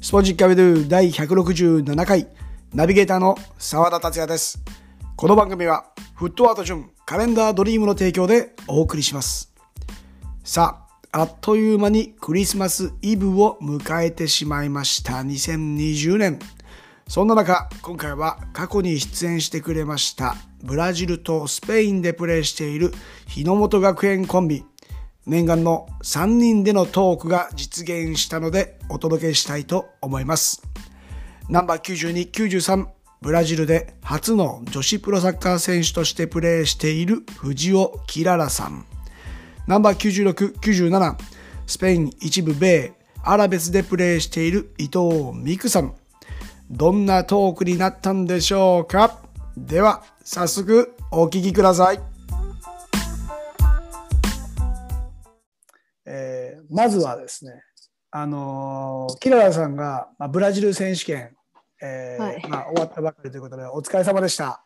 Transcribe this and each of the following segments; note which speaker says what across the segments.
Speaker 1: スポジックアベドゥ第167回ナビゲーターの澤田達也です。この番組はフットワート順カレンダードリームの提供でお送りします。さあ、あっという間にクリスマスイブを迎えてしまいました2020年。そんな中、今回は過去に出演してくれましたブラジルとスペインでプレーしている日の本学園コンビ念願の3人でのトークが実現したのでお届けしたいと思います。ナンバー92、93、ブラジルで初の女子プロサッカー選手としてプレーしている藤尾キララさん。ナンバー96、97、スペイン一部米、アラベスでプレーしている伊藤美久さん。どんなトークになったんでしょうかでは、早速お聞きください。えー、まずはですね、あのー、キララさんが、まあ、ブラジル選手権、えー、はい、まあ、終わったばかりということで、お疲れ様でした。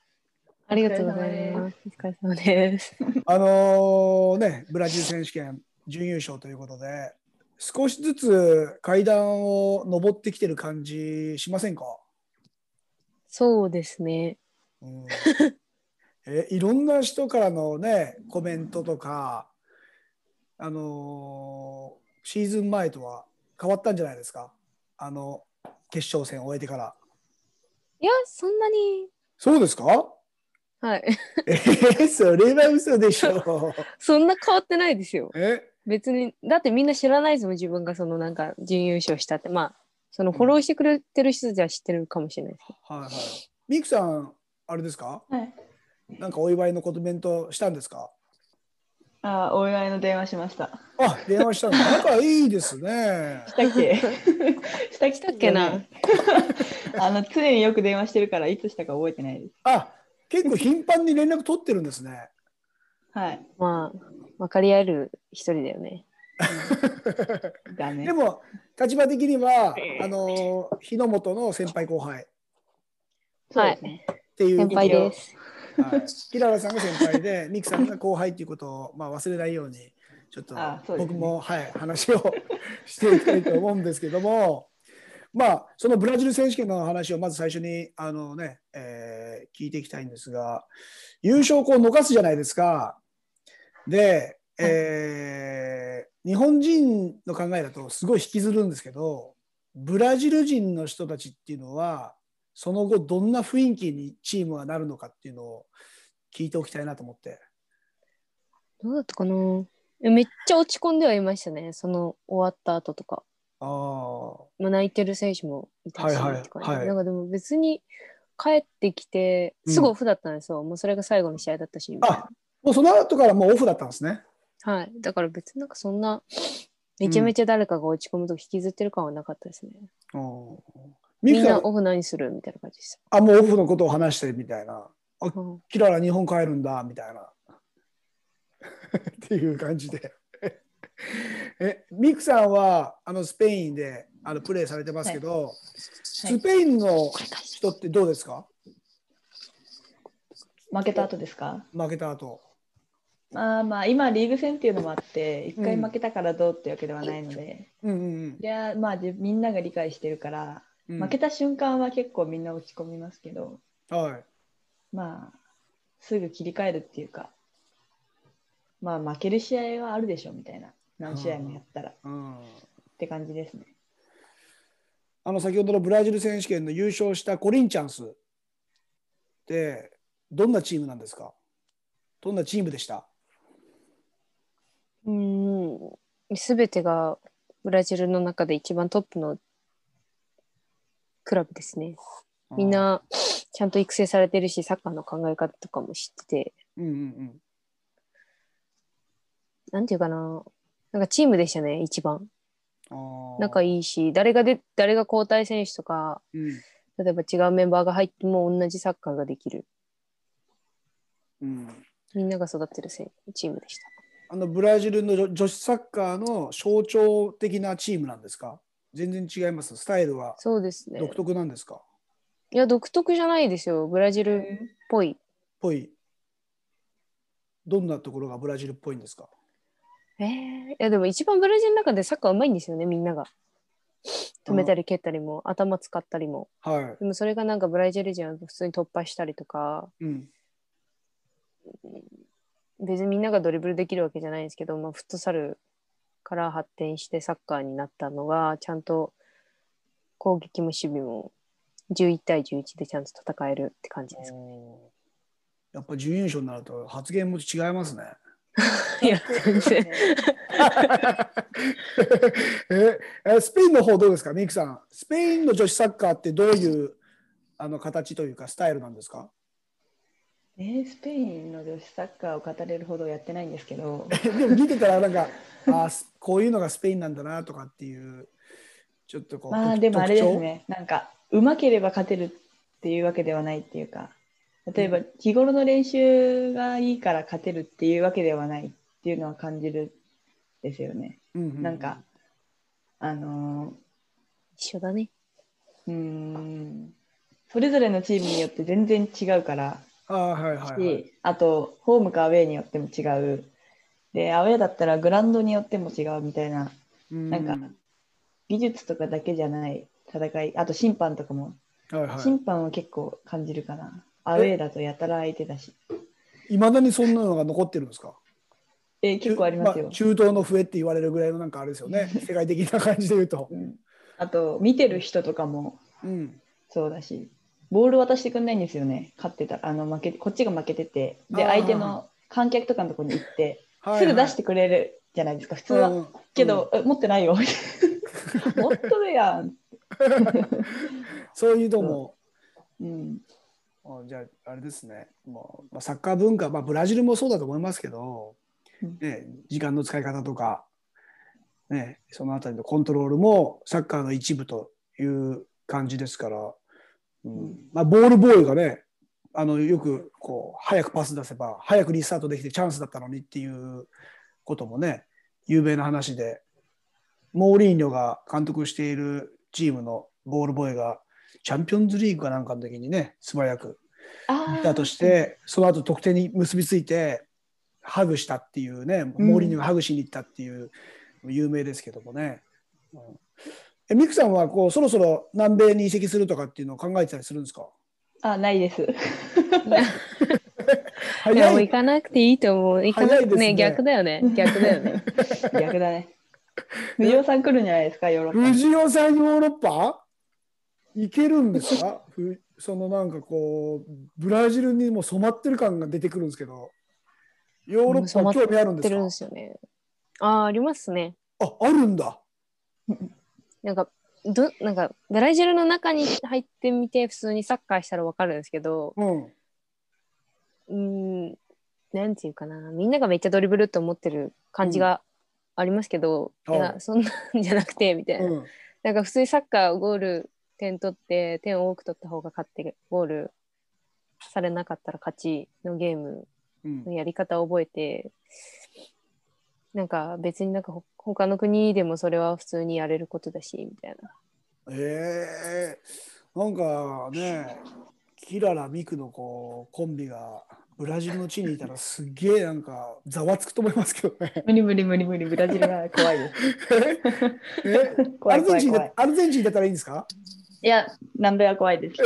Speaker 2: ありがとうございます。お疲れ様です。
Speaker 1: あのー、ね、ブラジル選手権準優勝ということで、少しずつ階段を上ってきてる感じしませんか
Speaker 2: そうですね。
Speaker 1: うん、 えいろんな人からのね、コメントとか、あのー、シーズン前とは変わったんじゃないですかあの決勝戦を終えてから。
Speaker 2: いやそんなに
Speaker 1: そうですか
Speaker 2: はい
Speaker 1: えー、それは嘘でし ょ
Speaker 2: そんな変わってないですよ
Speaker 1: え
Speaker 2: 別にだってみんな知らないですもん自分がそのなんか準優勝したってまあそのフォローしてくれてる人たちは知ってるかもしれないです、
Speaker 1: うん、はいはいミクさんあれですか、
Speaker 3: はい、
Speaker 1: なんかお祝いのコメントしたんですか
Speaker 3: あお祝いの電話しました。
Speaker 1: あ、電話したの。 仲いいですね。
Speaker 3: したっけ。 したき
Speaker 2: たっけな。
Speaker 3: あの、常によく電話してるから、いつしたか覚えてないです。
Speaker 1: あ、結構頻繁に連絡取ってるんですね。
Speaker 3: はい。
Speaker 2: まあ、分かり合える一人だよね。
Speaker 3: だね。
Speaker 1: でも、立場的には、あの、日の本の先輩後輩。
Speaker 2: はい。
Speaker 1: っていう
Speaker 2: 先輩です。
Speaker 1: はい、キララさんが先輩 で、ミクさんが後輩っていうことを、まあ、忘れないように、ちょっと僕も、ね、はい、話をしていきたいと思うんですけども、まあ、そのブラジル選手権の話をまず最初にあのね、ねえー、聞いていきたいんですが、優勝を逃すじゃないですか。で、えー、日本人の考えだとすごい引きずるんですけど、ブラジル人の人たちっていうのは、その後どんな雰囲気にチームはなるのかっていうのを聞いておきたいなと思って
Speaker 2: どうだったかなめっちゃ落ち込んではいましたねその終わった後とか
Speaker 1: あ、
Speaker 2: まあ、泣いてる選手もいたし、はいはいはい、なんかでも別に帰ってきてすぐオフだったんですよ、うん、もうそれが最後の試合だったし
Speaker 1: あもうその後からもうオフだったんですね
Speaker 2: はいだから別になんかそんなめちゃめちゃ誰かが落ち込むと引きずってる感はなかったですね、
Speaker 1: うん、
Speaker 2: みんなオフ何するみたいな感じでした。あ、
Speaker 1: もうオフのことを話してみたいな。あ、うん、キララ日本帰るんだみたいな。っていう感じでえ、ミクさんはあのスペインであのプレーされてますけど、はいはい、スペインの人ってどうですか
Speaker 3: 負けた後ですか
Speaker 1: 負けた後。
Speaker 3: まあまあ今リーグ戦っていうのもあって一回負けたからどうってわけではないので、
Speaker 1: うんうんうん、
Speaker 3: いやまあみんなが理解してるからうん、負けた瞬間は結構みんな落ち込みますけど、、
Speaker 1: はい
Speaker 3: まあすぐ切り替えるっていうかまあ負ける試合はあるでしょみたいな何試合もやったら、
Speaker 1: うん
Speaker 3: って感じですね
Speaker 1: あの先ほどのブラジル選手権の優勝したコリンチャンスってどんなチームなんですかどんなチームでした
Speaker 2: うん全てがブラジルの中で一番トップのクラブですね。みんなちゃんと育成されてるし、サッカーの考え方とかも知って
Speaker 1: て。うんうんうん、
Speaker 2: なんていうかな、なんかチームでしたね、一番。仲
Speaker 1: い
Speaker 2: いいし誰がで誰が交代選手とか
Speaker 1: い。うん
Speaker 2: 例えば違うメンバーが入っても同じサッカーができる
Speaker 1: うん、
Speaker 2: みんなが育ってるせんチームでした
Speaker 1: あのブラジルの女女子サッカーの象徴的なチームなんですか全然違います。スタイルは
Speaker 2: そうですね
Speaker 1: 独特なんですか、
Speaker 2: いや独特じゃないですよブラジルっぽい
Speaker 1: ぽい。どんなところがブラジルっぽいんですか
Speaker 2: えーいやでも一番ブラジルの中でサッカーうまいんですよねみんなが止めたり蹴ったりも頭使ったりも
Speaker 1: は
Speaker 2: でもそれがなんかブラジル人は普通に突破したりとか
Speaker 1: い。うん。
Speaker 2: 別にみんながドリブルできるわけじゃないんですけど、まあ、フットサルから発展してサッカーになったのがちゃんと攻撃も守備も11対11でちゃんと戦えるって感じですか。
Speaker 1: おーやっぱ準優勝になると発言も違いますね。
Speaker 2: いや全然
Speaker 1: ええスペインの方どうですか、ミクさん。スペインの女子サッカーってどういうあの形というかスタイルなんですか
Speaker 3: えースペインの女子サッカーを語れるほどやってないんですけど、
Speaker 1: でも見てたらな んかあすこういうのがスペインなんだなとかっていうちょっとこう
Speaker 3: まあ
Speaker 1: 特
Speaker 3: でもあれです
Speaker 1: 特徴
Speaker 3: ね、なんか、うまければ勝てるっていうわけではないっていうか、例えば日頃の練習がいいから勝てるっていうわけではないっていうのは感じるですよね。
Speaker 1: うう
Speaker 3: なんか、あの
Speaker 2: 一緒だね。
Speaker 3: ーうーん、それぞれのチームによって全然違うから、
Speaker 1: あーはいはい、はい、
Speaker 3: しあと、ホームかアウェーによっても違う。で、アウェーだったらグラウンドによっても違うみたいな、なんか、技術とかだけじゃない戦い、あと審判とかも、
Speaker 1: か、はいは
Speaker 3: 審判は結構感じるかな。アウェーだとやたら相手だし。
Speaker 1: いまだにそんなのが残ってるんですか
Speaker 3: えー結構ありますよ。
Speaker 1: あ中東の笛って言われるぐらいのなんかあれです よね世界的な感じで言うと
Speaker 3: う、ん、あと、見てる人とかも
Speaker 1: うん、
Speaker 3: そうだし、ボール渡してくんないんですよね。勝ってたあの負けこっちが負けてて、で、
Speaker 1: あー
Speaker 3: 相手の観客とかのとこに行って、
Speaker 1: はいはい
Speaker 3: すぐ出してくれるじゃないですか、普通は。
Speaker 1: うん
Speaker 3: けど、え持ってない よ。持っとるやん。
Speaker 1: そういうのも、
Speaker 3: うん。
Speaker 1: あじゃああれですねもうまあサッカー文化、まあ、ブラジルもそうだと思いますけど、
Speaker 3: うん
Speaker 1: ね、時間の使い方とか、ね、そのあたりのコントロールもサッカーの一部という感じですから、うん
Speaker 3: うん
Speaker 1: まあ、ボールボーイがねあのよくこう早くパス出せば早くリスタートできてチャンスだったのにっていうこともね有名な話でモーリーニョが監督しているチームのボールボーイがチャンピオンズリーグかなんかの時にね素早く
Speaker 3: あー
Speaker 1: だとし、て、その後得点に結びついて、ハグしたっていうね、モーリーニョがハグしに行ったっていう、有名ですけどもね。うんえミクさんはこうそろそろ南米に移籍するとかっていうのを考えてたりするんですか
Speaker 3: あ、ない です。
Speaker 2: いやも
Speaker 1: 早
Speaker 2: う
Speaker 1: い
Speaker 2: 行かなくていいと思う。行かな
Speaker 1: 早
Speaker 2: く
Speaker 1: い
Speaker 2: て
Speaker 1: ですね
Speaker 2: ね逆だ よね逆だよね。
Speaker 3: 逆だね。藤尾さん来るんじゃないですか、ヨーロッパに。
Speaker 1: 藤尾さんヨーロッパ行けるんですかふそのなんかこうブラジルにも染まってる感が出てくるんですけどヨーロッ
Speaker 2: 染ま
Speaker 1: パ
Speaker 2: っ
Speaker 1: 興味あるん
Speaker 2: やっ
Speaker 1: で
Speaker 2: て
Speaker 1: す
Speaker 2: るん
Speaker 1: か
Speaker 2: ですよね。ああありますね。
Speaker 1: ああるんだ
Speaker 2: なんかどなんかブラジルの中に入ってみて普通にサッカーしたらわかるんですけど、
Speaker 1: うん
Speaker 2: うーんなんていうかなみんながめっちゃドリブルって思ってる感じがありますけど、
Speaker 1: うん
Speaker 2: いやそんなんじゃなくてみたいな、
Speaker 1: うん
Speaker 2: なんか普通にサッカーゴール点取って点を多く取った方が勝ってゴールされなかったら勝ちのゲーム
Speaker 1: うん
Speaker 2: のやり方を覚えてなんか別になんかほ他の国でもそれは普通にやれることだしみたいな
Speaker 1: ええなんかね、キララ・ミクのこうコンビがブラジルの地にいたらすっげえなんかざわつくと思いますけど ね。
Speaker 3: 無理無理無理無理、ブラジルが怖いです。
Speaker 1: えア
Speaker 3: 怖い
Speaker 1: ルゼ
Speaker 3: 怖
Speaker 1: ン
Speaker 3: い
Speaker 1: チン
Speaker 3: 怖い
Speaker 1: だ。アルゼンチンだったらいいんですか
Speaker 3: いや、南米は怖いです。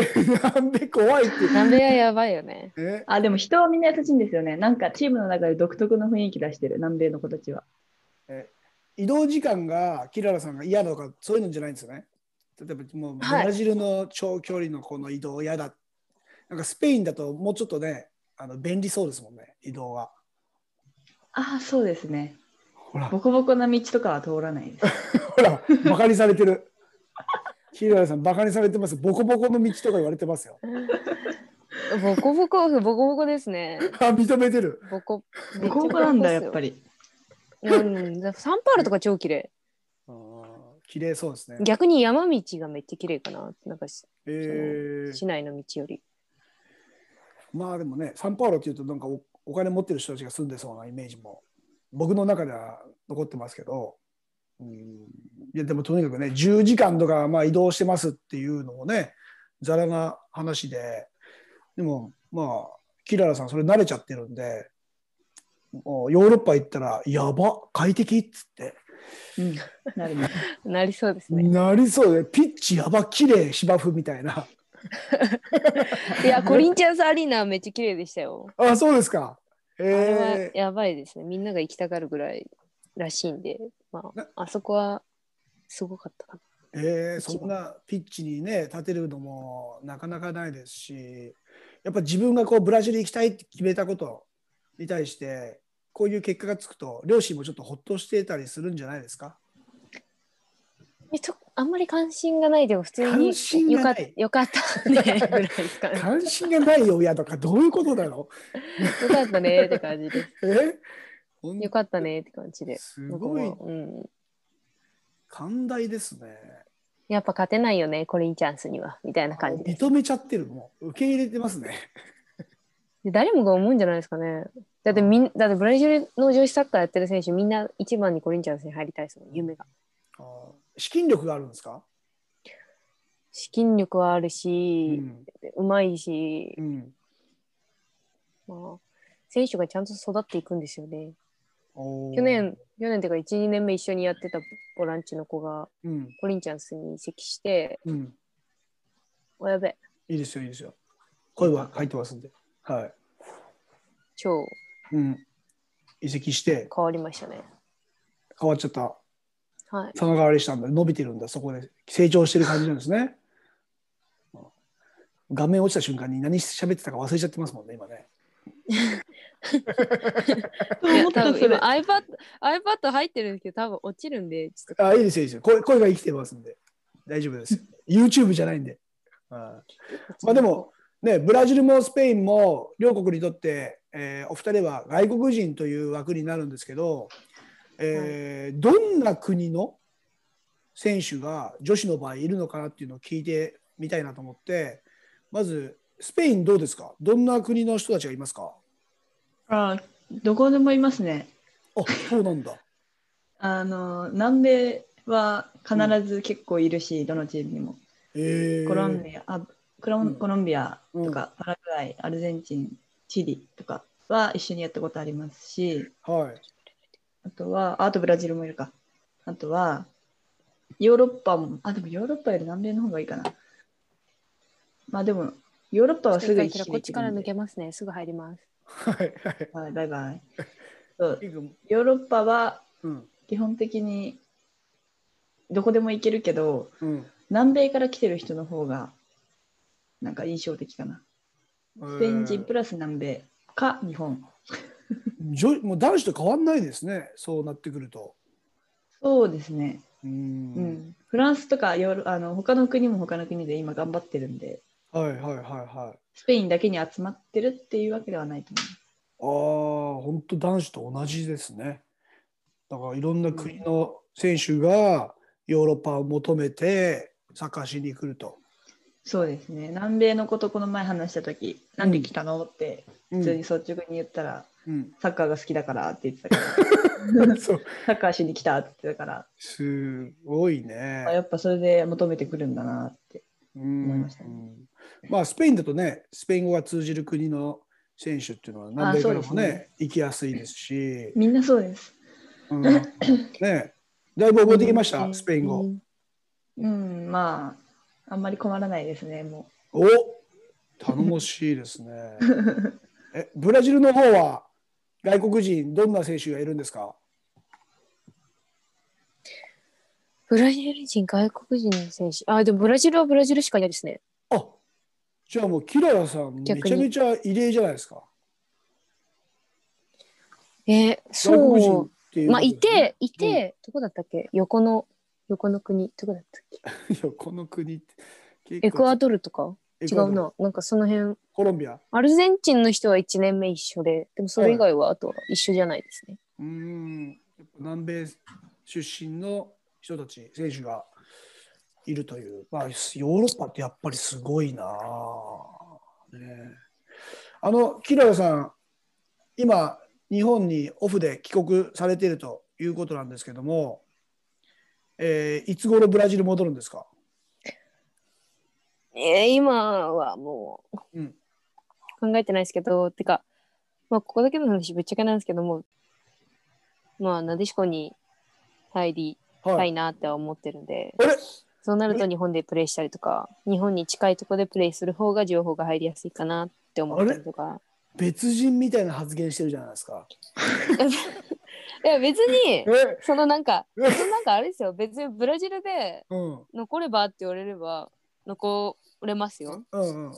Speaker 1: なんで怖いって。
Speaker 2: 南米はやばいよね
Speaker 1: え
Speaker 3: あ、でも人はみんな優しいんですよね。なんかチームの中で独特の雰囲気出してる、南米の子たちは。
Speaker 1: 移動時間がキララさんが嫌だとかそういうのじゃないんですよね。例えばもうブ
Speaker 2: はい
Speaker 1: ラジルの長距離のこの移動嫌だ。なんかスペインだともうちょっとね、あの便利そうですもんね、移動は。
Speaker 3: ああ、そうですね。
Speaker 1: ほら
Speaker 3: ボコボコな道とかは通らないです。
Speaker 1: ほら、バカにされてる。ヒララさん、バカにされてます。ボコボコの道とか言われてますよ。
Speaker 2: ボコボコボコボコですね
Speaker 1: あ、認めてる。
Speaker 2: ボコ
Speaker 3: ボコボコなんだ、やっぱ
Speaker 2: り
Speaker 3: り。
Speaker 2: うんサンパウロとか超綺麗
Speaker 1: 綺麗そうですね。
Speaker 2: 逆に山道がめっちゃ綺麗かな。なんかし
Speaker 1: えー、
Speaker 2: 市内の道より。
Speaker 1: まあでもね、サンパウロっていうと、なんかおお金持ってる人たちが住んでそうなイメージも、僕の中では残ってますけど、うん、いやでもとにかくね、10時間とかまあ移動してますっていうのもね、ざらな話で、でもまあ、キララさん、それ慣れちゃってるんで、もうヨーロッパ行ったら、やば、快適っつって、
Speaker 3: うん、なるね。
Speaker 2: なりそうですね。
Speaker 1: なりそうで、ピッチやば、綺麗芝生みたいな。
Speaker 2: いや、コリンチャンスアリーナめっちゃ綺麗でしたよ。
Speaker 1: あ、そうですか。
Speaker 2: あれは
Speaker 1: えー、
Speaker 2: やばいですね。みんなが行きたがるぐらいらしいんで、ま
Speaker 1: な
Speaker 2: あ、あそこはすごかったかな。
Speaker 1: えーそんなピッチにね立てるのもなかなかないですしやっぱ自分がこうブラジル行きたいって決めたことに対してこういう結果がつくと両親もちょっとほっとしてたりするんじゃないですか
Speaker 2: えっと、あんまり関心がないでも普通に
Speaker 1: 関心
Speaker 2: よ
Speaker 1: が
Speaker 2: か
Speaker 1: な
Speaker 2: っ
Speaker 1: い
Speaker 2: よかったねぐらいで すかね。
Speaker 1: 関心がないよ親とかどういうことだろ
Speaker 2: よかったねって感じです。
Speaker 1: うえほん
Speaker 2: よかったねって感じで。
Speaker 1: すごい
Speaker 2: 僕もうん。
Speaker 1: 寛大ですね
Speaker 2: やっぱ勝てないよね、コリンチャンスには、みたいな感じです。
Speaker 1: 認めちゃってるもう受け入れてますね
Speaker 2: で誰もが思うんじゃないですかね。だってみん、だってブラジルの女子サッカーやってる選手、みんな一番にコリンチャンスに入りたいですもん、夢が。
Speaker 1: あー資金力があるんですか、
Speaker 2: 資金力はある
Speaker 1: う
Speaker 2: し、
Speaker 1: ん
Speaker 2: うまいし
Speaker 1: う、ん、
Speaker 2: まあ、選手がちゃんと育っていくんですよね。
Speaker 1: おー
Speaker 2: 去、年、去年っていうか、1、2年目一緒にやってたボランチの子が、
Speaker 1: うん
Speaker 2: コリンチャンスに移籍して、
Speaker 1: うん、
Speaker 2: おやべ、
Speaker 1: いいですよいいですよ声は入ってますんではい
Speaker 2: 超
Speaker 1: うん、移籍して
Speaker 2: 変わりましたね。
Speaker 1: 変わっちゃった
Speaker 2: はい。
Speaker 1: 様変わりしたんだ伸びてるんだそこで成長してる感じなんですね画面落ちた瞬間に何喋ってたか忘れちゃってますもんね今ね
Speaker 3: と思っ
Speaker 2: いや多
Speaker 3: た
Speaker 2: 分
Speaker 3: そ
Speaker 2: 今
Speaker 3: れ。
Speaker 2: iPad, iPad 入ってるんですけど多分落ちるんでちょっ
Speaker 1: あいいですよいいですよ声声が生きてますんで大丈夫ですよ YouTube じゃないんで、うん
Speaker 2: と
Speaker 1: まあでもねブラジルもスペインも両国にとって、えーお二人は外国人という枠になるんですけど、えーどんな国の選手が女子の場合いるのかなっていうのを聞いてみたいなと思ってまずスペインどうですかどんな国の人たちがいますか
Speaker 3: あどこでもいますね。
Speaker 1: あそうなんだ
Speaker 3: あの南米は必ず結構いるし、どのチームにも。
Speaker 1: えー、
Speaker 3: コロンビア、あコロ
Speaker 1: うん
Speaker 3: ンコロンビアとか、パラグアイ、アルゼンチン、チリとかは一緒にやったことありますし、
Speaker 1: はい
Speaker 3: あとは、ああとブラジルもいるか。あとは、ヨーロッパも、あ、でもヨーロッパより南米の方がいいかな。まあでも、ヨーロッパはすぐ一緒に
Speaker 2: こっちから抜け
Speaker 3: ま
Speaker 2: ますねすぐ入ります
Speaker 1: はいはい
Speaker 3: す。はい、バイバイ。そう
Speaker 1: リーグ
Speaker 3: ヨーロッパは
Speaker 1: うん
Speaker 3: 基本的にどこでも行けるけど、
Speaker 1: うん
Speaker 3: 南米から来てる人の方が、なんか印象的かな。スペイン人プラス南米か日本。
Speaker 1: 女もう男子と変わんないですねそうなってくると
Speaker 3: そうですね。
Speaker 1: う
Speaker 3: うんん。フランスとかヨーロあの他の国も他の国で今頑張ってるんで、
Speaker 1: はいはいはいはい。
Speaker 3: スペインだけに集まってるっていうわけではないと思
Speaker 1: ああ、本当男子と同じですね。だからいろんな国の選手がヨーロッパを求めてサッカーしに来ると。
Speaker 3: う。そうですね。南米のことこの前話した時、なんで来たのって
Speaker 1: う
Speaker 3: 普通に
Speaker 1: ん、
Speaker 3: 率直に言ったら、
Speaker 1: うん、
Speaker 3: サッカーが好きだからって言ってた から、
Speaker 1: そう
Speaker 3: サッカーしに来たって言ってたから、
Speaker 1: すごい
Speaker 3: あや
Speaker 1: ね。
Speaker 3: っぱそれで求めてくるんだなって。
Speaker 1: うん
Speaker 3: 思いましたね
Speaker 1: うんまあスペインだとね、スペイン語が通じる国の選手っていうのは南米から
Speaker 3: あ
Speaker 1: も
Speaker 3: そうです
Speaker 1: ね、行きやすいですし、
Speaker 3: みんなそうです。
Speaker 1: うん、ね、だいぶ覚えてきまし
Speaker 2: う
Speaker 1: た、
Speaker 2: ん
Speaker 1: スペイン語。
Speaker 3: うん、まあ、あんまり困らないですね、も
Speaker 1: お頼もしいですね。えブラジルの方は外国人どんな選手がいるんですか
Speaker 2: ブラジル人外国人の選手あでもブラジルはブラジルしかいないですね
Speaker 1: あじゃあもうキララさんめ
Speaker 2: 逆に
Speaker 1: ちゃめちゃ異例じゃないですか。
Speaker 2: えー
Speaker 1: 外国人
Speaker 2: そ
Speaker 1: っていうう
Speaker 2: まあ
Speaker 1: こと
Speaker 2: い
Speaker 1: ですね
Speaker 2: ていて、どこだったっけ横の横の国どこだったっ け
Speaker 1: いやこの国って結構
Speaker 2: エクアドルとか
Speaker 1: エ
Speaker 2: 違
Speaker 1: クアド
Speaker 2: う
Speaker 1: ル
Speaker 2: ななんかその辺
Speaker 1: コロンビア
Speaker 2: アルゼンチンの人は1年目一緒ででもそれ以外はあとは一緒じゃないですね、
Speaker 1: うーんやっぱ南米出身の人たち、選手がいるという、まあ、ヨーロッパってやっぱりすごいなあ、ねえ、あの、キラヨさん、今、日本にオフで帰国されているということなんですけども、えーいつ頃ブラジル戻るんですか
Speaker 2: えー今はもう、
Speaker 1: うん
Speaker 2: 考えてないですけど、てか、まあ、ここだけの話ぶっちゃけなんですけども、まあ、なでしこに入り
Speaker 1: は
Speaker 2: たいなっては思ってるんで、
Speaker 1: あれ
Speaker 2: そうなると日本でプレイしたりとか、日本に近いところでプレイする方が情報が入りやすいかなって思ったりとか。
Speaker 1: 別人みたいな発言してるじゃないですか。
Speaker 2: いや、別に、
Speaker 1: え
Speaker 2: そのなんか、
Speaker 1: え
Speaker 2: そのなんかあれですよ、別にブラジルで
Speaker 1: うん
Speaker 2: 残ればって言われれば、残れますよ、
Speaker 1: うんうんうん。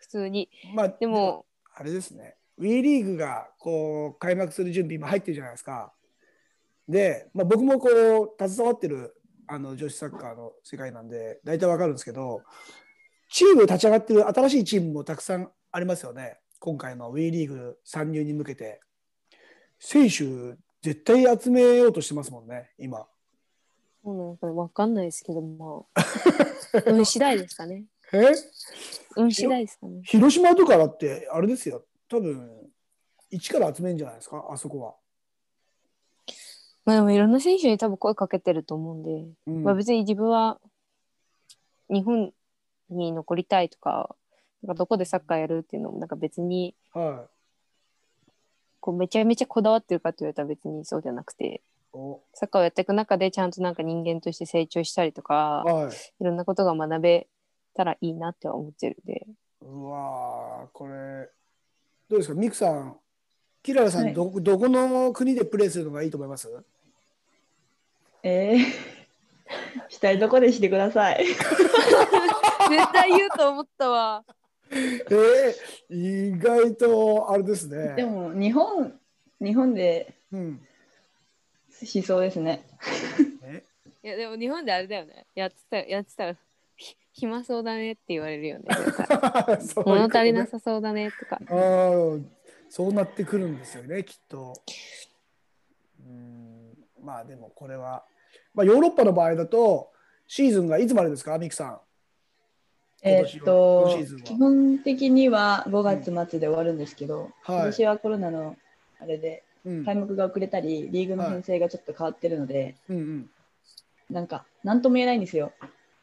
Speaker 2: 普通に。
Speaker 1: まあ、
Speaker 2: でも、
Speaker 1: あれですね、WE リーグがこう開幕する準備、今入ってるじゃないですか。で、まあ、僕もこう携わってるあの女子サッカーの世界なんで、大体わかるんですけど、チーム立ち上がってる新しいチームもたくさんありますよね、今回の WE リーグ参入に向けて。選手、絶対集めようとしてますもんね、今。
Speaker 2: そうなのかわかんないですけど、ま あ、運次第ですかね。
Speaker 1: え
Speaker 2: 運次第ですかね。
Speaker 1: 広島とかだって、あれですよ、多分一から集めるんじゃないですか、あそこは。
Speaker 2: まあでもいろんな選手に多分声かけてると思うんで、
Speaker 1: うん
Speaker 2: まあ別に自分は日本に残りたいとか、なんかどこでサッカーやるっていうのも、なんか別に、
Speaker 1: はい
Speaker 2: こうめちゃめちゃこだわってるかって言われたら別にそうじゃなくて、
Speaker 1: お
Speaker 2: サッカーをやっていく中でちゃんとなんか人間として成長したりとか、
Speaker 1: はい
Speaker 2: いろんなことが学べたらいいなっては思ってるんで。
Speaker 1: うわーこれどうですかミクさんキララさん、
Speaker 3: はい
Speaker 1: どこどこの国でプレーするのがいいと思います
Speaker 3: えーしたいとこでしてください。
Speaker 2: 絶対言うと思ったわ。
Speaker 1: えー、意外とあれですね
Speaker 3: でも日本日本で
Speaker 1: うん、
Speaker 3: しそうですね。
Speaker 1: え
Speaker 2: いやでも日本であれだよね。やってたやってたらひ暇そうだねって言われる よね。絶対
Speaker 1: そういうことね
Speaker 2: 物足りなさそうだねとか。
Speaker 1: あーそうなってくるんですよねきっとうんまあでもこれは、まあ、ヨーロッパの場合だとシーズンがいつまでですかミクさん
Speaker 3: え
Speaker 1: 今
Speaker 3: ー
Speaker 1: 年
Speaker 3: っ
Speaker 1: は
Speaker 3: と
Speaker 1: 今シーズンは
Speaker 3: 基本的には5月末で終わるんですけど、
Speaker 1: はい
Speaker 3: 今年はコロナのあれで
Speaker 1: うん
Speaker 3: 開幕が遅れたりリーグの編成がちょっと変わってるので、
Speaker 1: うんうん
Speaker 3: なんか何とも言えないんですよ。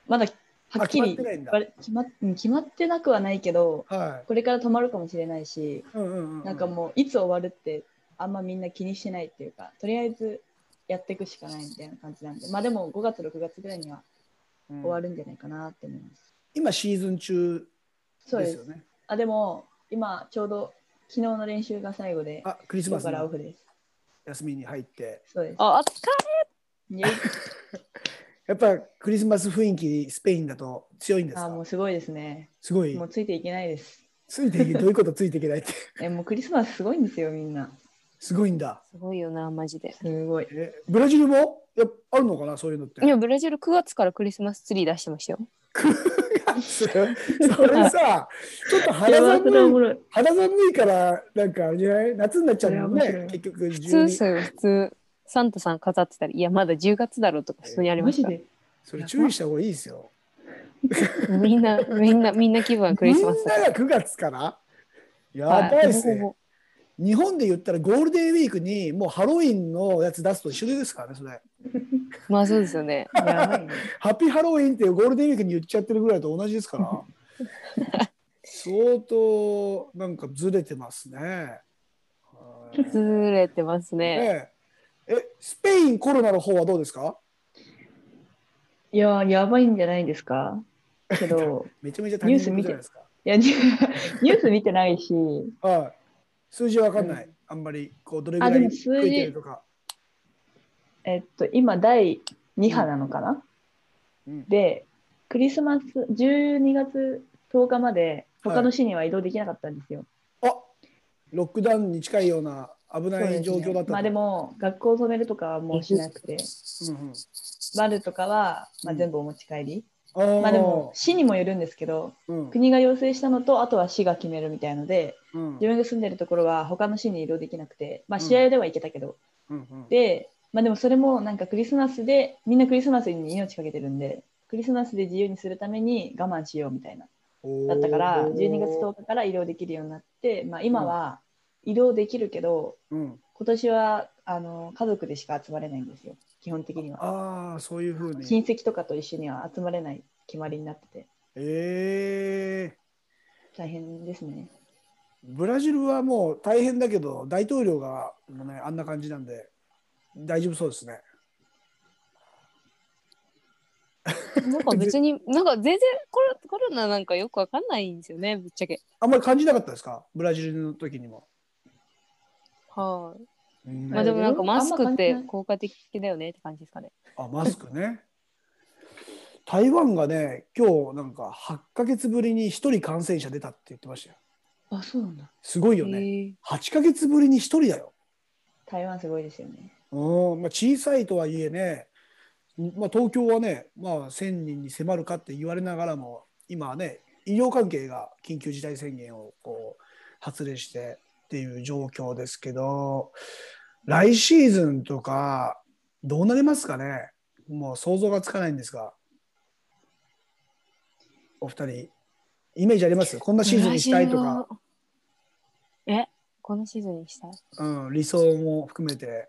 Speaker 3: まだはっき
Speaker 1: あ決まっ
Speaker 3: り
Speaker 1: てないんだ
Speaker 3: われ決まっうん決まってなくはないけど
Speaker 1: は
Speaker 3: これから止まるかもしれないし
Speaker 1: いうんうんうん
Speaker 3: なんかもういつ終わるってあんまみんな気にしてないっていうかとりあえずやっていくしかないみたいな感じなんでまあでも5月6月ぐらいには
Speaker 1: うん
Speaker 3: 終わるんじゃないかなって思います。
Speaker 1: 今シーズン中
Speaker 3: そう
Speaker 1: で
Speaker 3: ですす
Speaker 1: よね
Speaker 3: あでも今ちょうど昨日の練習が最後で
Speaker 1: あクリス
Speaker 3: 今
Speaker 1: マ
Speaker 3: 日
Speaker 1: ス
Speaker 3: からオ
Speaker 1: の
Speaker 3: フです。
Speaker 1: 休みに入って
Speaker 3: そうです。
Speaker 2: あ、あつか
Speaker 3: イェイ
Speaker 1: やっぱクリスマス雰囲気スペインだと強いんです
Speaker 3: あも
Speaker 1: か
Speaker 3: うすごいですね。
Speaker 1: すごい
Speaker 3: もうついていけないです。
Speaker 1: ついていけどういうことついていけないって
Speaker 3: えもうクリスマスすごいんですよみんな。
Speaker 1: すごいんだ
Speaker 2: すごいよなマジで。
Speaker 3: すごい。
Speaker 1: えブラジルもやっぱあるのかなそういうのって
Speaker 2: いやブラジル9月からクリスマスツリー出してましたよ。
Speaker 1: それそれさちょっと肌
Speaker 3: それはおも
Speaker 1: 寒い
Speaker 3: ろい
Speaker 1: 肌寒いからなんかあれじゃない夏になっちゃうもん
Speaker 3: それは
Speaker 1: ね
Speaker 3: 面白
Speaker 1: 結局
Speaker 2: 普通
Speaker 1: 12
Speaker 2: ですよ普通。サンタさん飾ってたり、いやまだ10月だろうとか普通にありま
Speaker 3: マ
Speaker 2: し
Speaker 3: ジ
Speaker 2: た。
Speaker 3: で
Speaker 1: それ注意した方がいいですよ
Speaker 2: みんなみんなみんな気分はク
Speaker 1: み
Speaker 2: リ
Speaker 1: ん
Speaker 2: ス
Speaker 1: な
Speaker 2: マ
Speaker 1: が
Speaker 2: ス。
Speaker 1: 9月からや
Speaker 2: はい
Speaker 1: ばいです
Speaker 2: ほぼ
Speaker 1: ね
Speaker 2: ほぼ
Speaker 1: 日本で言ったらゴールデンウィークにもうハロウィンのやつ出すと一緒ですからねそれ
Speaker 2: まあそうですよね。
Speaker 3: やばいね。
Speaker 1: ハッピーハロウィンっていうゴールデンウィークに言っちゃってるぐらいと同じですから。 相当なんかずれてますね。はい
Speaker 2: ずれてますね。
Speaker 1: ねええ、スペインコロナの方はどうですか
Speaker 3: いやーやばいんじゃないですか。けど
Speaker 1: めちゃめちゃ他人事じゃないですか。
Speaker 3: いやニュー ニュース見てないし
Speaker 1: はい。数字はわかんない。あんまりこうどれぐ
Speaker 3: あ
Speaker 1: ら
Speaker 3: で
Speaker 1: い
Speaker 3: も数字
Speaker 1: 増えてるとか。
Speaker 3: えっと今第2波なのかな。
Speaker 1: うん
Speaker 3: でクリスマス12月10日まで他の市には移動できなかったんですよ。
Speaker 1: あロックダウンに近いような危
Speaker 3: そう
Speaker 1: ない
Speaker 3: ですね
Speaker 1: 状況だったと
Speaker 3: まあで、も学校を止めるとかはもうしなくて
Speaker 1: うんうん
Speaker 3: バルとかは、まあ、
Speaker 1: うん
Speaker 3: 全部お持ち帰り、
Speaker 1: あー
Speaker 3: まあでも市にもよるんですけど
Speaker 1: うん
Speaker 3: 国が要請したのとあとは市が決めるみたいので
Speaker 1: うん
Speaker 3: 自分が住んでるところは他の市に移動できなくて、まあ、
Speaker 1: うん
Speaker 3: 試合では行けたけど、
Speaker 1: うんうん
Speaker 3: でまあでもそれもなんかクリスマスで、みんなクリスマスに命かけてるんで、クリスマスで自由にするために我慢しようみたいな。だったから、12月10日から移動できるようになって、まあ今は移動できるけど、
Speaker 1: うん、
Speaker 3: 今年はあの家族でしか集まれないんですよ、基本的には。
Speaker 1: ああそういうふう
Speaker 3: 親
Speaker 1: に
Speaker 3: 戚とかと一緒には集まれない決まりになってて、
Speaker 1: ええ
Speaker 3: 大変ですね。
Speaker 1: ブラジルはもう大変だけど大統領が、ね、あんな感じなんで大丈夫そうですね
Speaker 2: なんか別に、なんか全然コロコロナなんかよくわかんないんですよね、ぶっちゃけ。
Speaker 1: あんまり感じなかったですかブラジルの時にも、
Speaker 2: はい、
Speaker 1: うん
Speaker 2: まあでもなんかマスクっ
Speaker 3: あんま感じ
Speaker 2: て
Speaker 3: ない
Speaker 2: 効果的だよねって感じですかね。
Speaker 1: あマスクね台湾がね今日なんか8ヶ月ぶりに1人感染者出たって言ってましたよ
Speaker 3: あ、そうなんだ。
Speaker 1: すごい
Speaker 2: へ
Speaker 1: よね
Speaker 2: ー
Speaker 1: 8ヶ月ぶりに1人だよ
Speaker 3: 台湾すごいですよ ね。
Speaker 1: うんまあ、小さいとはいえね、まあ、東京はね、まあ、1000人に迫るかって言われながらも今はね医療関係が緊急事態宣言をこう発令してっていう状況ですけど来シーズンとかどうなりますかねもう想像がつかないんですがお二人イメージありますこんなシーズンにしたいとか、。
Speaker 2: え、このシーズンにしたい。
Speaker 1: うん、理想も含めて、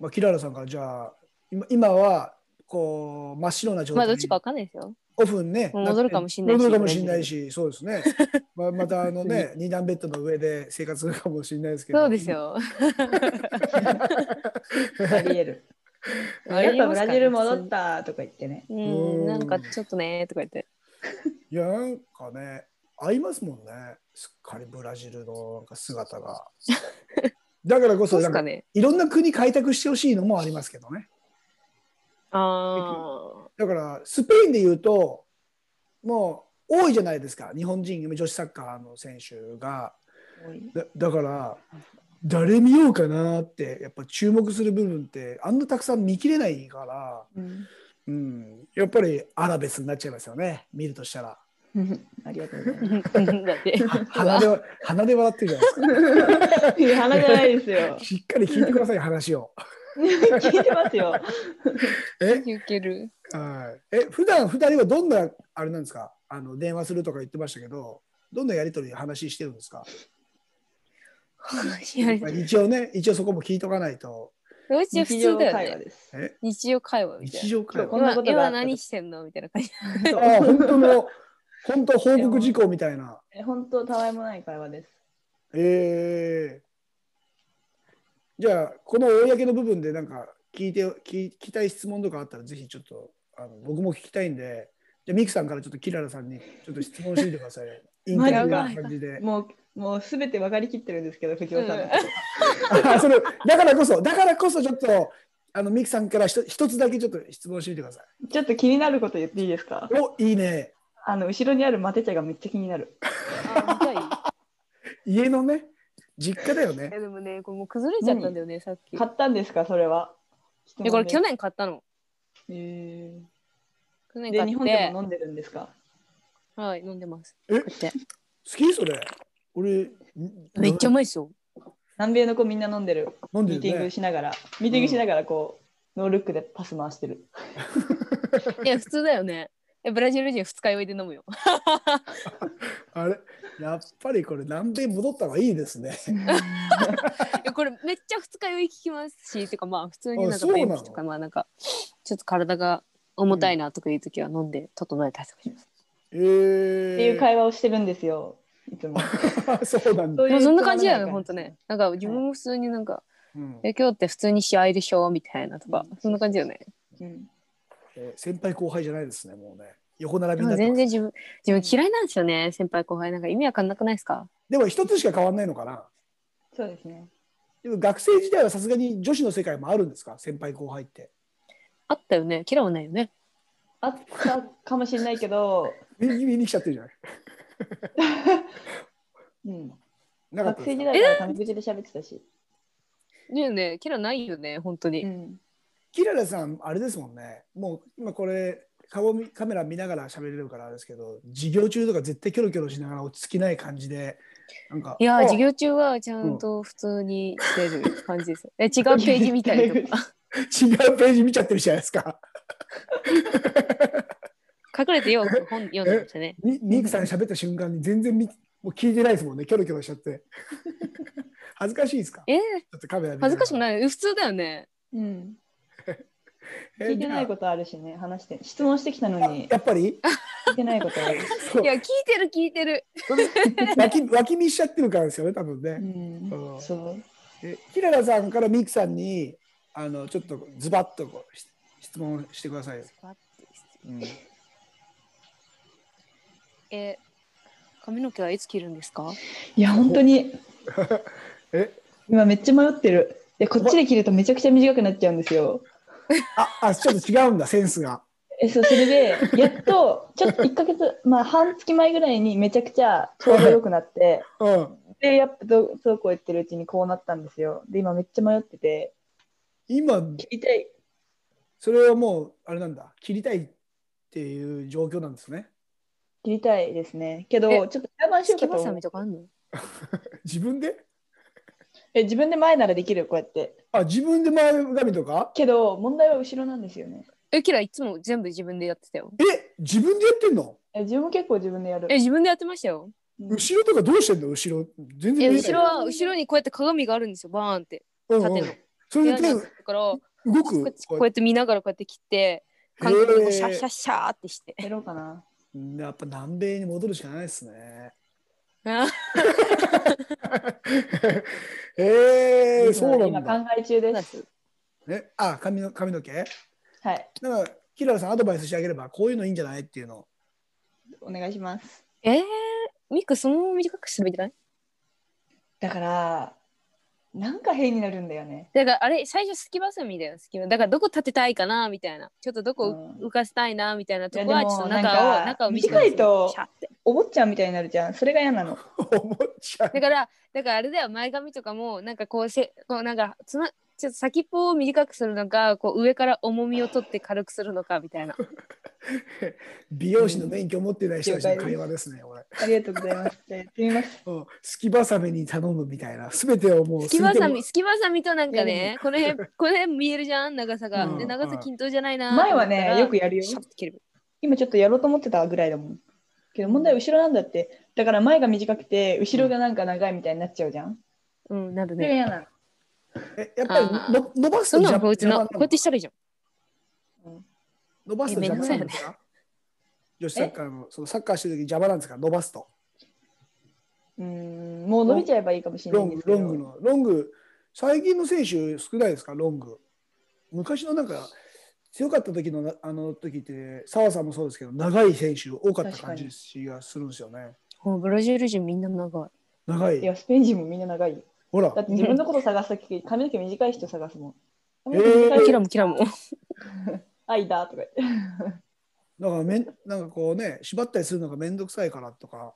Speaker 1: まあ、キララさんからじゃあ今今はこう真っ白な状態
Speaker 2: まあどっちかわかんないですよ。
Speaker 1: オフね
Speaker 2: もう戻るかもしんないし
Speaker 1: 戻るかもしんないしそうですねまあまたあの ね二段ベッドの上で生活するかもしれないですけど
Speaker 2: そうですよ。
Speaker 3: ありえる。
Speaker 2: あり
Speaker 3: や
Speaker 2: え
Speaker 3: っぱ
Speaker 2: ま
Speaker 3: ブ
Speaker 2: すかね
Speaker 3: ラジル戻ったとか言ってね。
Speaker 2: う
Speaker 1: うん
Speaker 2: ん、なんかちょっとねとか言って。
Speaker 1: いやなんかね合いますもんねすっかりブラジルのなんか姿 がだからこ
Speaker 2: そ
Speaker 1: そうな
Speaker 2: です
Speaker 1: ん
Speaker 2: か
Speaker 1: か
Speaker 2: ね。
Speaker 1: いろんな国開拓してほしいのもありますけどね
Speaker 2: あ
Speaker 1: だからスペインで言うともう多いじゃないですか日本人女子サッカーの選手が
Speaker 3: 多い
Speaker 1: だだから誰見ようかなってやっぱ注目する部分ってあんなたくさん見切れないから、うん、やっぱりアラベスになっちゃいますよね見るとしたら
Speaker 3: ありがとうございま
Speaker 2: あ。だって。
Speaker 1: 鼻で鼻で笑ってるじゃないですか
Speaker 3: す。いや鼻じゃないですよ。
Speaker 1: しっかり聞いてください話を
Speaker 3: 聞いてますよ。
Speaker 1: え
Speaker 2: 受ける。
Speaker 1: はいえ普段二人はどんなあれなんですかあの電話するとか言ってましたけどどんなやり取り話してるんですかまあ一応ね、一応そこも聞いとかないと。
Speaker 2: うち普
Speaker 3: 日
Speaker 2: 通
Speaker 3: 常
Speaker 2: だよ
Speaker 3: 会話
Speaker 2: ね。
Speaker 3: です。
Speaker 1: え
Speaker 2: 日常会話みたい
Speaker 1: 日
Speaker 2: な。
Speaker 1: 常会
Speaker 3: こん
Speaker 1: 話。
Speaker 3: なこ
Speaker 2: 今
Speaker 3: とがあったと
Speaker 2: 今何してんのみたいな感じ。
Speaker 1: ああ、本当の、 本当報告事項みたいな。
Speaker 3: え本当たわいもない会話です。
Speaker 1: ええじゃあ、この公の部分でなんか聞いて、聞聞きたい質問とかあったら、ぜひちょっと、あの僕も聞きたいんで、じゃあ、ミクさんからちょっとキララさんにちょっと質問してみてください。 インタビューな感じで。
Speaker 3: もうもうすべて分かりきってるんですけど藤尾さんの
Speaker 2: うん
Speaker 3: こと。
Speaker 1: あそれだからこそ、だからこそちょっと、あのミクさんからひと一つだけちょっと質問してみてください。
Speaker 3: ちょっと気になること言っていいですか。
Speaker 1: おいいね。
Speaker 3: あの後ろにあるマテ茶がめっちゃ気になる。
Speaker 2: あ 見たい
Speaker 1: 家のね、実家だよね。
Speaker 2: えでもね、これもう崩れちゃったんだよね、さっき。
Speaker 3: 買ったんですかそれは。
Speaker 2: えこれ去。年買ったの。
Speaker 3: え
Speaker 2: 去
Speaker 3: ー
Speaker 2: 年
Speaker 3: で
Speaker 2: 買
Speaker 3: 日
Speaker 2: っ
Speaker 3: 本で
Speaker 2: て
Speaker 3: も。飲んでるんですか。
Speaker 2: はい、飲んでます。
Speaker 1: え
Speaker 2: こうやって
Speaker 1: 好きそれ。俺、
Speaker 2: めっちゃうまいっすよ。
Speaker 3: 南米の子みんな飲んでる。
Speaker 1: 飲んで
Speaker 3: ミー
Speaker 1: る
Speaker 3: ティング
Speaker 1: ね。
Speaker 3: しながら、ミーティングしながらこう、ノールックでパス回してる。
Speaker 2: いや、普通だよね。えブラジル人二日酔いで飲むよ。
Speaker 1: あれ、やっぱりこれ南米戻った方がいいで すね。
Speaker 2: えこれめっちゃ二日酔い効きますし、てかまあ普通に
Speaker 1: あ
Speaker 2: なん
Speaker 1: そ
Speaker 2: か
Speaker 1: うなの
Speaker 2: 便秘とかまあなんかちょっと体が重たいなとかいう時は飲んで整えたりとかします。
Speaker 1: え
Speaker 3: っていう
Speaker 1: ー、
Speaker 3: 会話をしてるんですよ。い つも。
Speaker 1: そうなんだ。
Speaker 3: うい
Speaker 2: も
Speaker 3: う
Speaker 2: うそんな感じだよ
Speaker 3: つ
Speaker 2: ね、
Speaker 3: ま
Speaker 2: ほ
Speaker 3: ら
Speaker 2: んと
Speaker 3: ない
Speaker 2: ね。なんか自分も普通になんか、
Speaker 1: うん
Speaker 2: え今日って普通に試合でしょみたいなとか、そんな感じだよね。
Speaker 3: 会。うん
Speaker 1: えー先輩後輩じゃないですね、もうね。横並び
Speaker 2: で
Speaker 1: に
Speaker 2: も
Speaker 1: なって
Speaker 2: 全
Speaker 1: ます
Speaker 2: 然自分、自分嫌いなんですよね、先輩後輩。なんか意味わかんなくないですか
Speaker 1: でも一つしか変わんないのかな。
Speaker 3: そうですね。
Speaker 1: でも学生時代はさすがに女子の世界もあるんですか先輩後輩って。
Speaker 2: あったよね、嫌わないよね。
Speaker 3: あったかもしれないけど、
Speaker 1: 見に見に来ちゃってるじゃない。
Speaker 3: うん、
Speaker 1: なかった
Speaker 3: 学生
Speaker 1: ですか
Speaker 3: 時代からタメ口で喋ってたし。
Speaker 2: だよね、嫌いないよね、本当に。
Speaker 3: うん
Speaker 1: キララさん、あれですもんね。もう今これ、顔見カメラ見ながら喋れるからあれですけど、授業中とか絶対キョロキョロしながら落ち着きない感じで、なんか。
Speaker 2: いやー、
Speaker 1: あ
Speaker 2: 授業中はちゃんと普通に出る感じです。え、違うページ見たりとか。
Speaker 1: 違うページ見ちゃってるじゃないです か。
Speaker 2: 隠れてよく本読んでましたね。
Speaker 1: にミクさん喋った瞬間に全然みもう聞いてないですもんね、キョロキョロしちゃって。 恥ずかしいですか
Speaker 2: えー、
Speaker 1: だってカメラ見ながら
Speaker 2: 恥ずかしくない普通だよね。
Speaker 3: うん。
Speaker 1: え
Speaker 3: 聞いてないことあるしね、話して。質問してきたのに、
Speaker 1: やっぱり
Speaker 3: 聞いてないことある。
Speaker 1: そう
Speaker 2: いや、聞いてる聞いてる。
Speaker 1: 脇脇見しちゃってるからですよね、多分ね。
Speaker 3: うん
Speaker 1: うん。
Speaker 3: そう。
Speaker 1: えキララさんからミクさんにあのちょっとズバッとこうし質問してくださいよ。うん
Speaker 2: え髪の毛はいつ切るんですか
Speaker 3: いや、本当に、
Speaker 1: え
Speaker 3: 今めっちゃ迷ってる。で、こっちで切るとめちゃくちゃ短くなっちゃうんですよ。
Speaker 1: ああちょっと違うんだセンスが。
Speaker 3: えそうそれで、やっと、ちょっと1ヶ月、まあ、半月前ぐらいにめちゃくちゃちょうど良くなって、
Speaker 1: うん、
Speaker 3: で、やっぱど、そうこう言ってるうちにこうなったんですよ。で、今めっちゃ迷ってて、
Speaker 1: 今
Speaker 3: 切りたい。
Speaker 1: それはもうあれなんだ切りたいっていう状況なんですね。
Speaker 3: 切りたいですね。けど、ちょ
Speaker 2: え
Speaker 3: っと我慢しよう
Speaker 2: 隙
Speaker 3: かと
Speaker 2: 間サ
Speaker 3: 思
Speaker 2: ミ
Speaker 3: う
Speaker 2: とかあんの
Speaker 1: 自分で
Speaker 3: え。自分で前ならできる、こうやって。
Speaker 1: あ自分で前髪とか
Speaker 3: けど、問題は後ろなんですよね。
Speaker 2: え、キラいつも全部自分でやってたよ。
Speaker 1: え自分でやってんの
Speaker 3: え自分も結構自分でやる
Speaker 2: え、。自分でやってましたよ。
Speaker 3: うん
Speaker 1: 後ろとかどうしてんの後ろ全然見
Speaker 2: え、
Speaker 1: えない
Speaker 2: 後ろは、後ろにこうやって鏡があるんですよ、バーンって。
Speaker 1: うん
Speaker 2: 立て
Speaker 1: う
Speaker 2: る
Speaker 1: ん、それで
Speaker 2: 部
Speaker 1: 手
Speaker 2: 屋にだから、こ
Speaker 1: 動く
Speaker 2: っちこうやって見ながらこうやって切って、
Speaker 1: へー
Speaker 2: 髪をシャッシャッシャーってして。
Speaker 3: やろうかな。
Speaker 1: やっぱ南米に戻るしかないですね。
Speaker 2: あ
Speaker 1: えー、そうなん
Speaker 3: 今
Speaker 1: だ。
Speaker 3: 考え中です。
Speaker 1: えあ髪の髪の毛
Speaker 3: はい、
Speaker 1: なんかキララさんアドバイスしてあげればこういうのいいんじゃないっていうの。
Speaker 3: お願いします。
Speaker 2: えー、ミクそのまま短くすべきじゃない
Speaker 3: だから、なんか変になるんだよね。
Speaker 2: だからあれ最初隙間サミだよ隙間だからどこ立てたいかなみたいなちょっとどこ
Speaker 3: うん
Speaker 2: 浮かせたいなみたいなとこ
Speaker 3: い
Speaker 2: は
Speaker 3: や
Speaker 2: ち
Speaker 3: でも
Speaker 2: ょっと
Speaker 3: な
Speaker 2: 中
Speaker 3: ん
Speaker 2: を
Speaker 3: か
Speaker 2: 中を見せ
Speaker 3: 短いと
Speaker 2: シャッて
Speaker 3: お坊ちゃんみたいになるじゃん。それが嫌なの。
Speaker 1: 思っちゃう
Speaker 2: だ。からだからあれだよ前髪とかもなんかこうせこうなんかつなちょっと先っぽを短くするのかこう上から重みを取って軽くするのかみたいな
Speaker 1: 美容師の免許持ってない人たちの会話ですね、俺。
Speaker 3: ありがとうございます。じゃあやってみます。
Speaker 1: うん、スキバサメに頼むみたいな、すべてをもう
Speaker 2: 隙間
Speaker 1: す
Speaker 2: サ
Speaker 1: いて
Speaker 2: ミ隙間サミとなんかねこの辺この辺見えるじゃん長さが、
Speaker 1: うん
Speaker 2: で長さ
Speaker 1: うん
Speaker 2: 均等じゃないな
Speaker 3: 前は
Speaker 2: と思った
Speaker 3: ね、
Speaker 2: ら
Speaker 3: よくやるよ
Speaker 2: シ。ャッて切る
Speaker 3: 今ちょっとやろうと思ってたぐらいだもん。けど問題は後ろなんだって。だから前が短くて、後ろがなんか長いみたいになっちゃうじゃん。
Speaker 2: うんなる
Speaker 3: それが
Speaker 2: ね
Speaker 3: 嫌なの。
Speaker 1: えやっぱり
Speaker 2: あー
Speaker 1: の伸ばすと
Speaker 2: そん
Speaker 1: 邪
Speaker 2: なの
Speaker 1: 魔
Speaker 2: こいつの
Speaker 1: 邪魔
Speaker 2: こ
Speaker 1: な
Speaker 2: うや
Speaker 1: の
Speaker 2: ってしたらいいじゃん
Speaker 1: 伸ばすと邪魔なんですか女子サッカーのそのサッカーしてる時邪魔なんですか伸ばすと
Speaker 3: うーん、もう伸びちゃえばいいかもしれな
Speaker 1: ロ
Speaker 3: いん
Speaker 1: ン
Speaker 3: で
Speaker 1: グ
Speaker 3: すけど。
Speaker 1: ロングのロング最近の選手少ないですかロング昔のなんか強かった時のなあの時って澤さんもそうですけど長い選手多かった感じがするんですよね
Speaker 2: もうブラジル人みんな長い
Speaker 1: 長
Speaker 3: い
Speaker 1: い
Speaker 3: や、スペイン人もみんな長いよ。
Speaker 1: ほら
Speaker 3: だって自分のこと探すとき、髪の毛短い人探すもん。
Speaker 1: えー
Speaker 2: キ
Speaker 3: 間
Speaker 2: ラもキラも
Speaker 3: だとか言って。
Speaker 1: だからめんなんかこうね縛ったりするのが面倒くさいからとか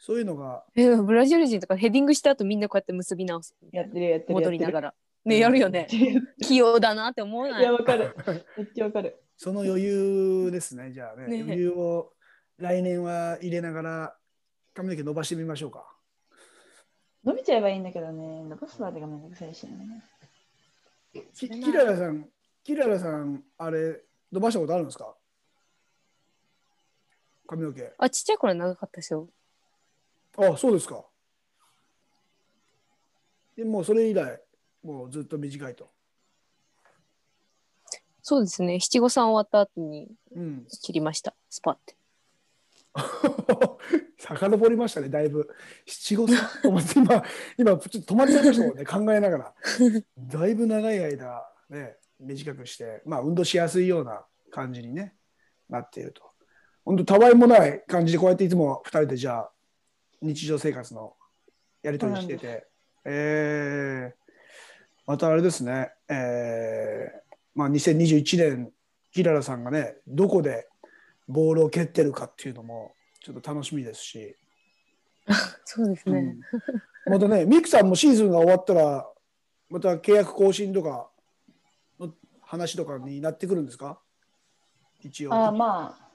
Speaker 1: そういうのが
Speaker 2: えでも ブラジル人とかヘディングした後みんなこうやって結び直す
Speaker 3: やってるやってる。
Speaker 2: 戻りなが
Speaker 3: ら。
Speaker 2: らねやるよね
Speaker 3: い
Speaker 2: 器用だなって思わない
Speaker 3: や、わかる。めっちゃわかる。
Speaker 1: その余裕ですねじゃあね
Speaker 2: ね
Speaker 1: 余裕を来年は入れながら髪の毛伸ばしてみましょうか
Speaker 3: 伸びちゃえばいいんだけどね、伸ばすまでがめんどくさいしね。
Speaker 1: きキララさんキララさんあれ伸ばしたことあるんですか髪の毛
Speaker 2: あちっちゃい頃長かったですよ
Speaker 1: あそうですかでもうそれ以来もうずっと短いと
Speaker 2: そうですね七五三終わった後に
Speaker 1: うん
Speaker 2: 切りましたスパって
Speaker 1: 遡りましたねだいぶ七五三と思って今今ちょっと止まっちゃいましたもんね考えながらだいぶ長い間ね短くしてまあ運動しやすいような感じにねなっていると本当たわいもない感じでこうやっていつも2人でじゃあ日常生活のやり取りしててえー、またあれですねえー、まあ2021年キララさんがねどこでボールを蹴ってるかっていうのもちょっと楽しみですし、
Speaker 2: そうです
Speaker 1: う
Speaker 2: ね
Speaker 1: ん、 またねミクさんもシーズンが終わったらまた契約更新とかの話とかになってくるんですか一応
Speaker 3: ああ、まあ、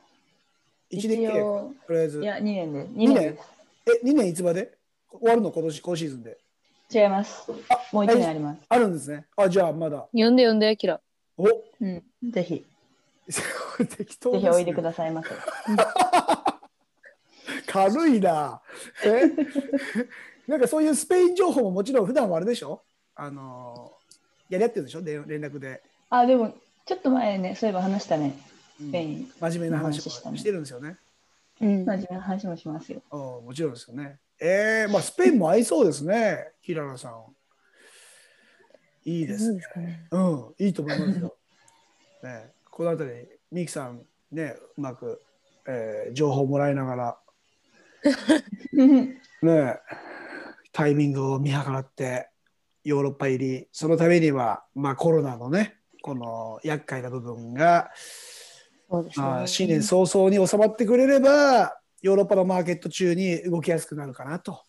Speaker 1: 一年契
Speaker 3: 一
Speaker 1: 約
Speaker 3: 応
Speaker 1: とりあえず
Speaker 3: いや、2年で。2
Speaker 1: 二
Speaker 3: 年
Speaker 1: 年え2年いつまで終わるの今年今シーズンで
Speaker 3: 違います。もう1年あります。
Speaker 1: あるんですねあじゃあまだ
Speaker 2: 呼んで呼んでキラ
Speaker 1: お
Speaker 3: うん、ぜひ、
Speaker 1: 適当
Speaker 3: ぜ
Speaker 1: です、
Speaker 3: ひ
Speaker 1: ね。
Speaker 3: おいでくださいませ。
Speaker 1: 軽いな。え なんかそういうスペイン情報ももちろん普段はあれでしょあのーやり合ってるでしょ連連絡で、
Speaker 3: あ、でも、ちょっと前ね、そういえば話したね、
Speaker 1: うん
Speaker 3: スペイン。
Speaker 1: 真面目な話を
Speaker 3: 話したね
Speaker 1: してるんですよね。
Speaker 2: うん
Speaker 3: 真面目な話もします よ。
Speaker 1: おもちろんですよね。えー、まあスペインも合いそうですね、平野さん。いいです
Speaker 2: どう
Speaker 1: ね
Speaker 2: で。すかね。
Speaker 1: うん、いいと思いますよ。 ね、このあたり、ミキさん、ね、うまく、えー情報もらいながら、ねえ、タイミングを見計らってヨーロッパ入りそのためには、まあ、コロナのねこの厄介な部分が、
Speaker 2: そうですね。
Speaker 1: まあ、新年早々に収まってくれればヨーロッパのマーケット中に動きやすくなるかなと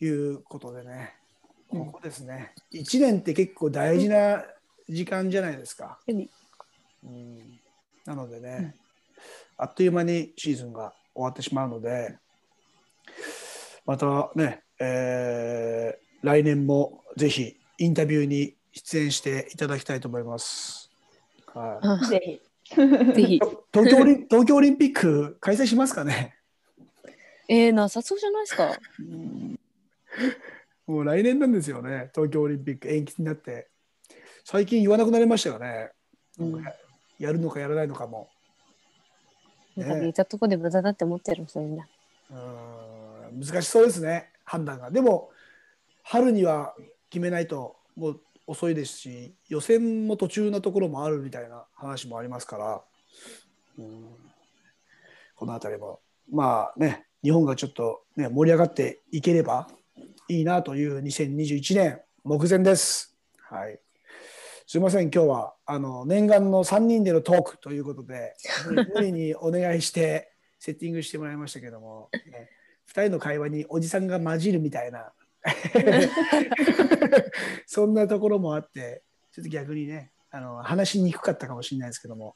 Speaker 1: いうことでねここですね、1年って結構大事な時間じゃないですか、
Speaker 2: うん
Speaker 1: うんなのでね、あっという間にシーズンが終わってしまうのでまたね、えー来年もぜひインタビューに出演していただきたいと思います。はい
Speaker 2: あ
Speaker 3: ぜひ。
Speaker 2: ぜひ。
Speaker 1: 東京オリン 東京オリンピック開催しますかね
Speaker 2: えー、なさそうじゃないですか。
Speaker 3: うん
Speaker 1: もう来年なんですよね、東京オリンピック延期になって。最近言わなくなりましたよね。
Speaker 3: うん
Speaker 1: やるのかやらないのかも。
Speaker 2: なんかいたとこで無駄だって思ってる人い んだ。
Speaker 1: うーん難しそうですね、判断が。でも、春には決めないともう遅いですし、予選も途中のところもあるみたいな話もありますから、うんこの辺りも、まあね、日本がちょっと、ね、盛り上がっていければいいなという2021年目前です。はいすいません今日はあの念願の3人でのトークということで無理にお願いしてセッティングしてもらいましたけども、ね、2人の会話におじさんが混じるみたいな そんなところもあってちょっと逆にねあの話しにくかったかもしれないですけども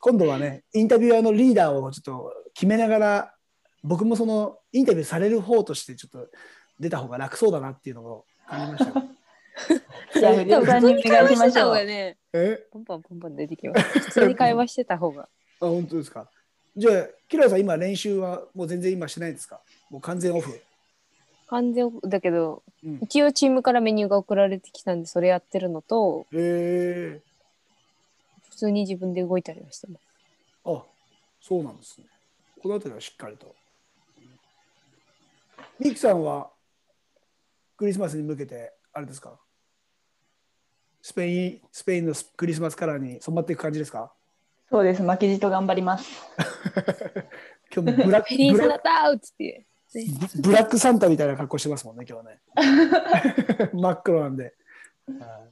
Speaker 1: 今度はねインタビュアーのリーダーをちょっと決めながら僕もそのインタビューされる方としてちょっと出た方が楽そうだなっていうのを感じました。
Speaker 3: じゃあ、藤
Speaker 2: 多
Speaker 3: 尾さんに
Speaker 2: 分
Speaker 3: お
Speaker 2: 普通
Speaker 3: 願いし
Speaker 2: に会話
Speaker 3: ま
Speaker 2: して
Speaker 3: した
Speaker 2: 方
Speaker 3: ょ
Speaker 2: が
Speaker 3: う。
Speaker 2: ね、
Speaker 1: え
Speaker 2: ポンポンポンポン出てきます。普通に会話してた方が。
Speaker 1: あ、本当ですか。じゃあ、キララさん、今、練習はもう全然今してないんですかもう完全オフ。
Speaker 2: 完全だけど、
Speaker 1: うん、へ
Speaker 2: 一応チームからメニューが送られてきたんで、それやってるのと、
Speaker 1: え。
Speaker 2: 普通に自分で動いたりはしてます。
Speaker 1: あ、そうなんですね。この辺りはしっかりと。ミキさんは、クリスマスに向けて、あれですかスペイン、スペインのスクリスマスカラーに染まっていく感じですか
Speaker 3: そうです、負けじと頑張ります。
Speaker 1: 今日 ブラッ
Speaker 2: フェリー
Speaker 1: ク、ブ
Speaker 2: ズ
Speaker 1: ラ
Speaker 2: ナ
Speaker 1: ッ
Speaker 2: タウっつって。
Speaker 1: ク、ブラックサンタみたいな格好してますもんね、今日は ね。真っ黒なんで。はい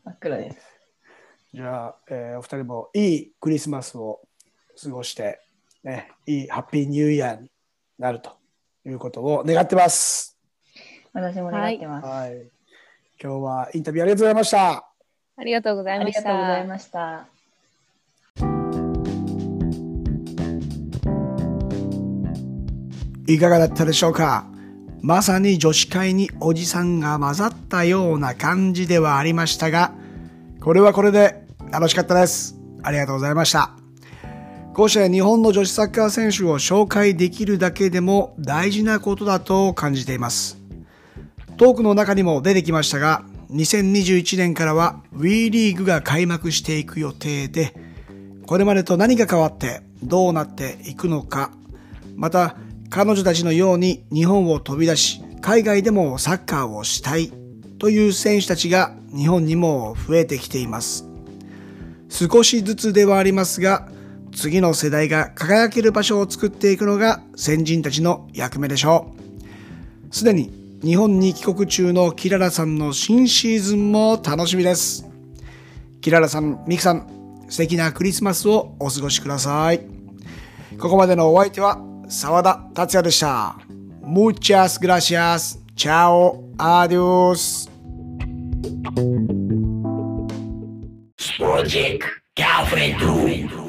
Speaker 3: 真っ暗です。
Speaker 1: じゃあ、えーお二人もいいクリスマスを過ごして、ね、いいハッピーニューイヤーになるということを願ってます。
Speaker 3: 私も願ってます。
Speaker 1: はい。今日はインタビューありがとうございました。
Speaker 2: ありがとうござい
Speaker 3: あ
Speaker 2: ま
Speaker 3: り
Speaker 2: し
Speaker 3: が
Speaker 2: た。
Speaker 3: とうございました。
Speaker 1: いかがだったでしょうかまさに女子会におじさんが混ざったような感じではありましたが、これはこれで楽しかったです。ありがとうございました。こうして日本の女子サッカー選手を紹介できるだけでも大事なことだと感じています。トークの中にも出てきましたが、2021年からは WE リーグが開幕していく予定で、これまでと何が変わってどうなっていくのかまた彼女たちのように日本を飛び出し海外でもサッカーをしたいという選手たちが日本にも増えてきています少しずつではありますが次の世代が輝ける場所を作っていくのが先人たちの役目でしょうすでに日本に帰国中のキララさんの新シーズンも楽しみですキララさん、ミキさん、素敵なクリスマスをお過ごしください。ここまでのお相手は澤田達也でした。Muchas gracias. Chao. Adios.
Speaker 4: Project Calvin Doom.